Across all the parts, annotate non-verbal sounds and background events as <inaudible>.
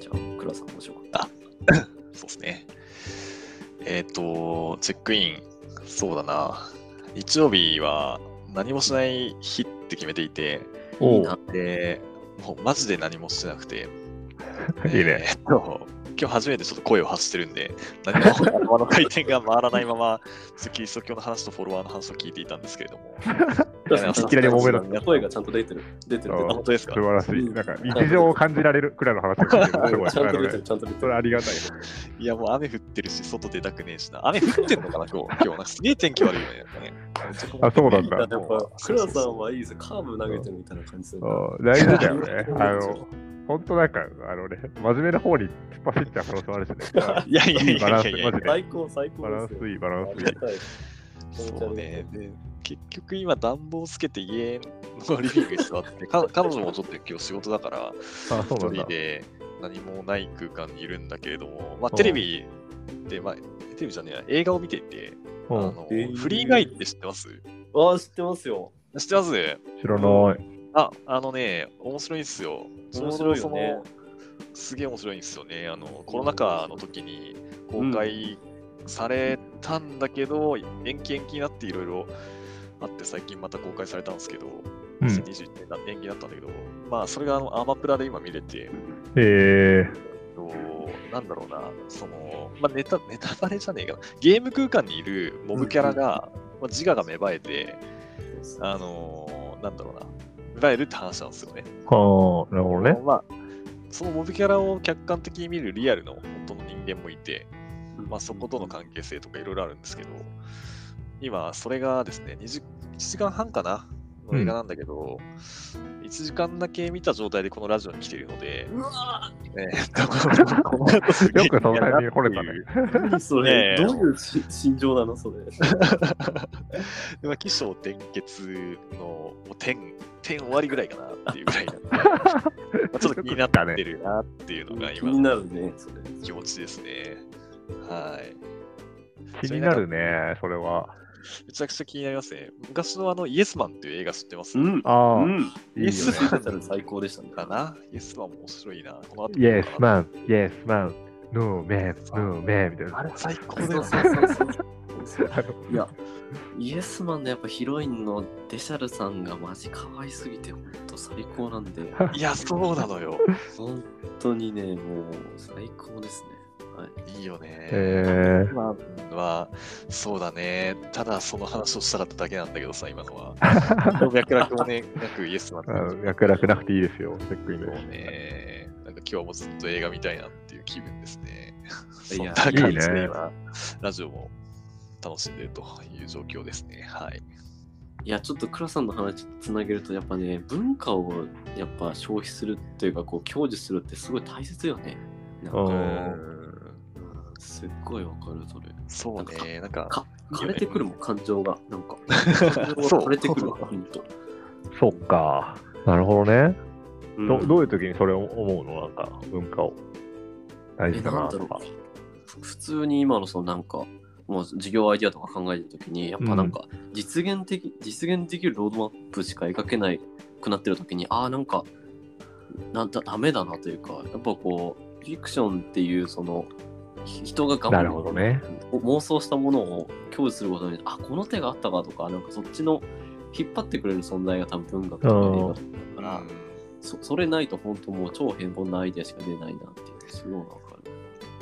じゃあ、倉さん、どうしようか。そうですね。えっ、と、チェックイン、そうだな。日曜日は何もしない日って決めていて、いいおな。で、もうマジで何もしてな <laughs> くて、いいねえっと、今日初めてちょっと声を発してるんで、何も頭の回転が回らないまま、ちょっとキリスト教の話とフォロワーの話を聞いていたんですけれども、いきなり揉めだった声がちゃんと出てる。出てる。ああ本当ですか素晴らしうい。んなんか日常を感じられるくらいの話を聞いてる <laughs> すごい。ちゃんあとの出てる。ねちゃんと出てそれる。ありがたい。いや、もう雨降ってるし、外出たくねえしな。雨降ってんのかな、今日。今日なんかすげえ天気悪いよね。なんかねあそうなんだやっぱ、倉さんはいいですよ。カーブ投げてるみたいな感じするから。そう大事だよね。あの、本当なんか、あのね、真面目な方に突っ走っちゃう可能性もあ <laughs> るしね。いやいやいやいやいやいいバランスマジで最高、最バ高ランですスよ。いい、バランあスりいいが。たい。そうね。で、結局今暖房つけて家のリビングに座って、か彼女もちょっと今日仕事だから、あ、そう一なん人だ。で何もない空間にいるんだけれども、まあテレビで、まあテレビじゃねえや、映画を見ていて、あうん、のえーフリーガイって知ってますわあ、知ってますよ。知ってます知らない。あ、あのね、面白いんすよ。面白いよねちょうどその。すげえ面白いんですよね。あの、コロナ禍の時に公開されたんだけど、延期延期になっていろいろあって、最近また公開されたんですけど、うん2021年だ延期だったんだけど、まあ、それがあのアマプラで今見れて、えー、となんだろうな、その、まあ、ネタ、ネタバレじゃねえかな。ゲーム空間にいるモブキャラが、まあ、自我が芽生えて、あのーなんだろうな、芽生えるって話なんですよね。はあ、なるほ <laughs> どね。まあ、そのモブキャラを客観的に見るリアルの本当の人間もいて、まあ、そことの関係性とかいろいろあるんですけど、今、それがですね、20 1時間半かなの映画なんだけど、1時間だけ見た状態でこのラジオに来ているので、うわね、この後すげえよくそのタイミングで来れたね嫌だーなっていう何そねれ、えどういうし心情なのそれ。でまあ起承転結のもう点点終わりぐらいかなっていうぐらい <laughs> なんでまあちょっと気になってるなっていうのが気今にのなるね、それ。気持ちですね。はい。気になるね、それは。めちゃくちゃ気になりますね。昔のあのイエスマンっていう映画知ってます、うん。うん。ああ、いいよね。スペシャル最高でしたね。かなイエスマンも面白いな。この後 Yes, man. Yes, man. No, man. No, man. みたいあな。れ最高だそようね。そうそうそうそうあいや、イエスマンのやっぱヒロインのデシャルさんがマジ可愛すぎて、本当最高なんで、いや、そうなのよ。本当にね、もう最高ですね。はい、いいよね。えイエスマンは、そうだね。ただその話をしたかっただけなんだけどさ、今のは。 <laughs> 脈絡もね、なくイエスマンってー、脈絡なくていいですよ、チェックインそうで。ね。なんか今日もずっと映画見たいなっていう気分ですね。いそんやな感じでいいね今、ラジオも楽しんでるという状況ですね。はい。いや、ちょっと倉さんの話つなげると、やっぱね、文化をやっぱ消費するっていうか、こう、享受するってすごい大切よね。なんうか、うんんすっごいわかる、それ。そうね。なんか、か枯れてくるもん、感情が。なん <laughs> か、そう枯れてくるわ、ほんと。そっか。なるほどね。うんどどういう時にそれを思うのなんか、文化を。大え、事だななんだろとか。う。普通に今のそのなんか、もう授業アイディアとか考えてるときに、やっぱなんか、実現的、実現できるロードマップしか描けないくなってるときに、ああ、なんか、なんだ、ダメだなというか、やっぱこう、フィクションっていうその、ひ人がな頑る張ほどね。妄想したものを享受することにあこの手があったかとかなんかそっちの引っ張ってくれる存在が多分文学とか映画とかだから、うんそそれないと本当もう超変凡なアイデアしか出ないなっていうすごいわかる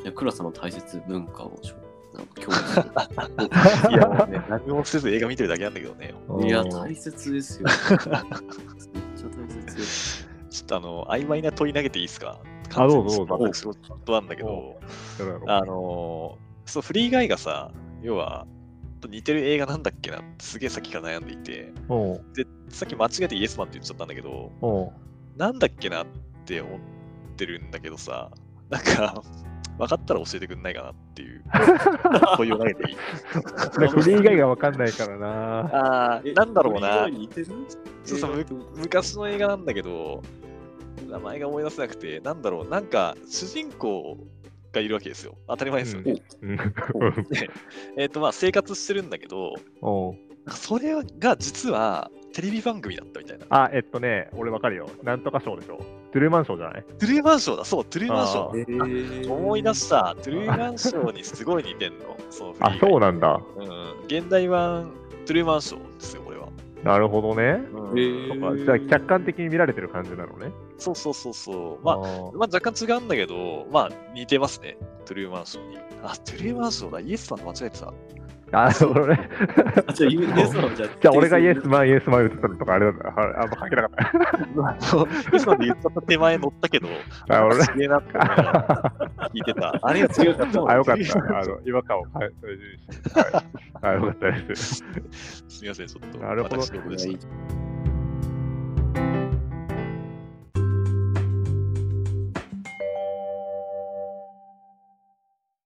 いや倉さんの大切文化をしょなんか享受するいや、もうね、 <laughs> 何もせず映画見てるだけなんだけどね。う <laughs> んいや大切ですよめっちゃ大切よちょっとあの、曖昧な問い投げていいですかあどうぞどうぞ私事なんだけど、どうだろうあのー、そう、フリー以外がさ、要は、似てる映画なんだっけなってすげえさっきから悩んでいて、おうで、さっき間違えてイエスマンって言っちゃったんだけど、おうなんだっけなって思ってるんだけどさ、なんか、分かったら教えてくんないかなって <laughs> いう、問いを投げていい。でフリー以外がわかんないからな。ああ、えなんだろうなこれ。以外に似てるちょっとさむ昔の映画なんだけど、名前が思い出せなくて、なんだろう、なんか、主人公がいるわけですよ。当たり前ですよね。うんえっ、と、まあ、生活してるんだけど、おうそれが実はテレビ番組だったみたいな。あ、えっとね、俺わかるよ。なんとか賞でしょ。トゥルーマン賞じゃないトゥルーマンショーだ、そう、トゥルーマンショあー。ー思い出した、トゥルーマンショーにすごい似てんの。そのフリあー、そうなんだ。がうん。現代版トゥルーマンショーですよ、これは。なるほどね。うんへーそっかじゃあ客観的に見られてる感じなのね。そうそうそうそう。まあ、ーまあ、若干違うんだけど、まあ、似てますね。トゥルーマンショーに。あ、トゥルーマンショーだ。イエスさんと間違えてた。あ、そうね。あじゃあ、イエ <laughs> スマンじゃじゃあ俺がイ <laughs> エスマン、イエスマン言ってたのとかあれなんだ。ああんま書けなかっイエスさんで言っちゃった手前乗ったけど、た。 <laughs> あ、俺すげえなって思いながら聞いてた。あれ強かった。 <laughs> あ、よかった。あの、違和感を感じるし。はいあ、よかったです。 <laughs> すみません、ちょっと。なるほど私事でした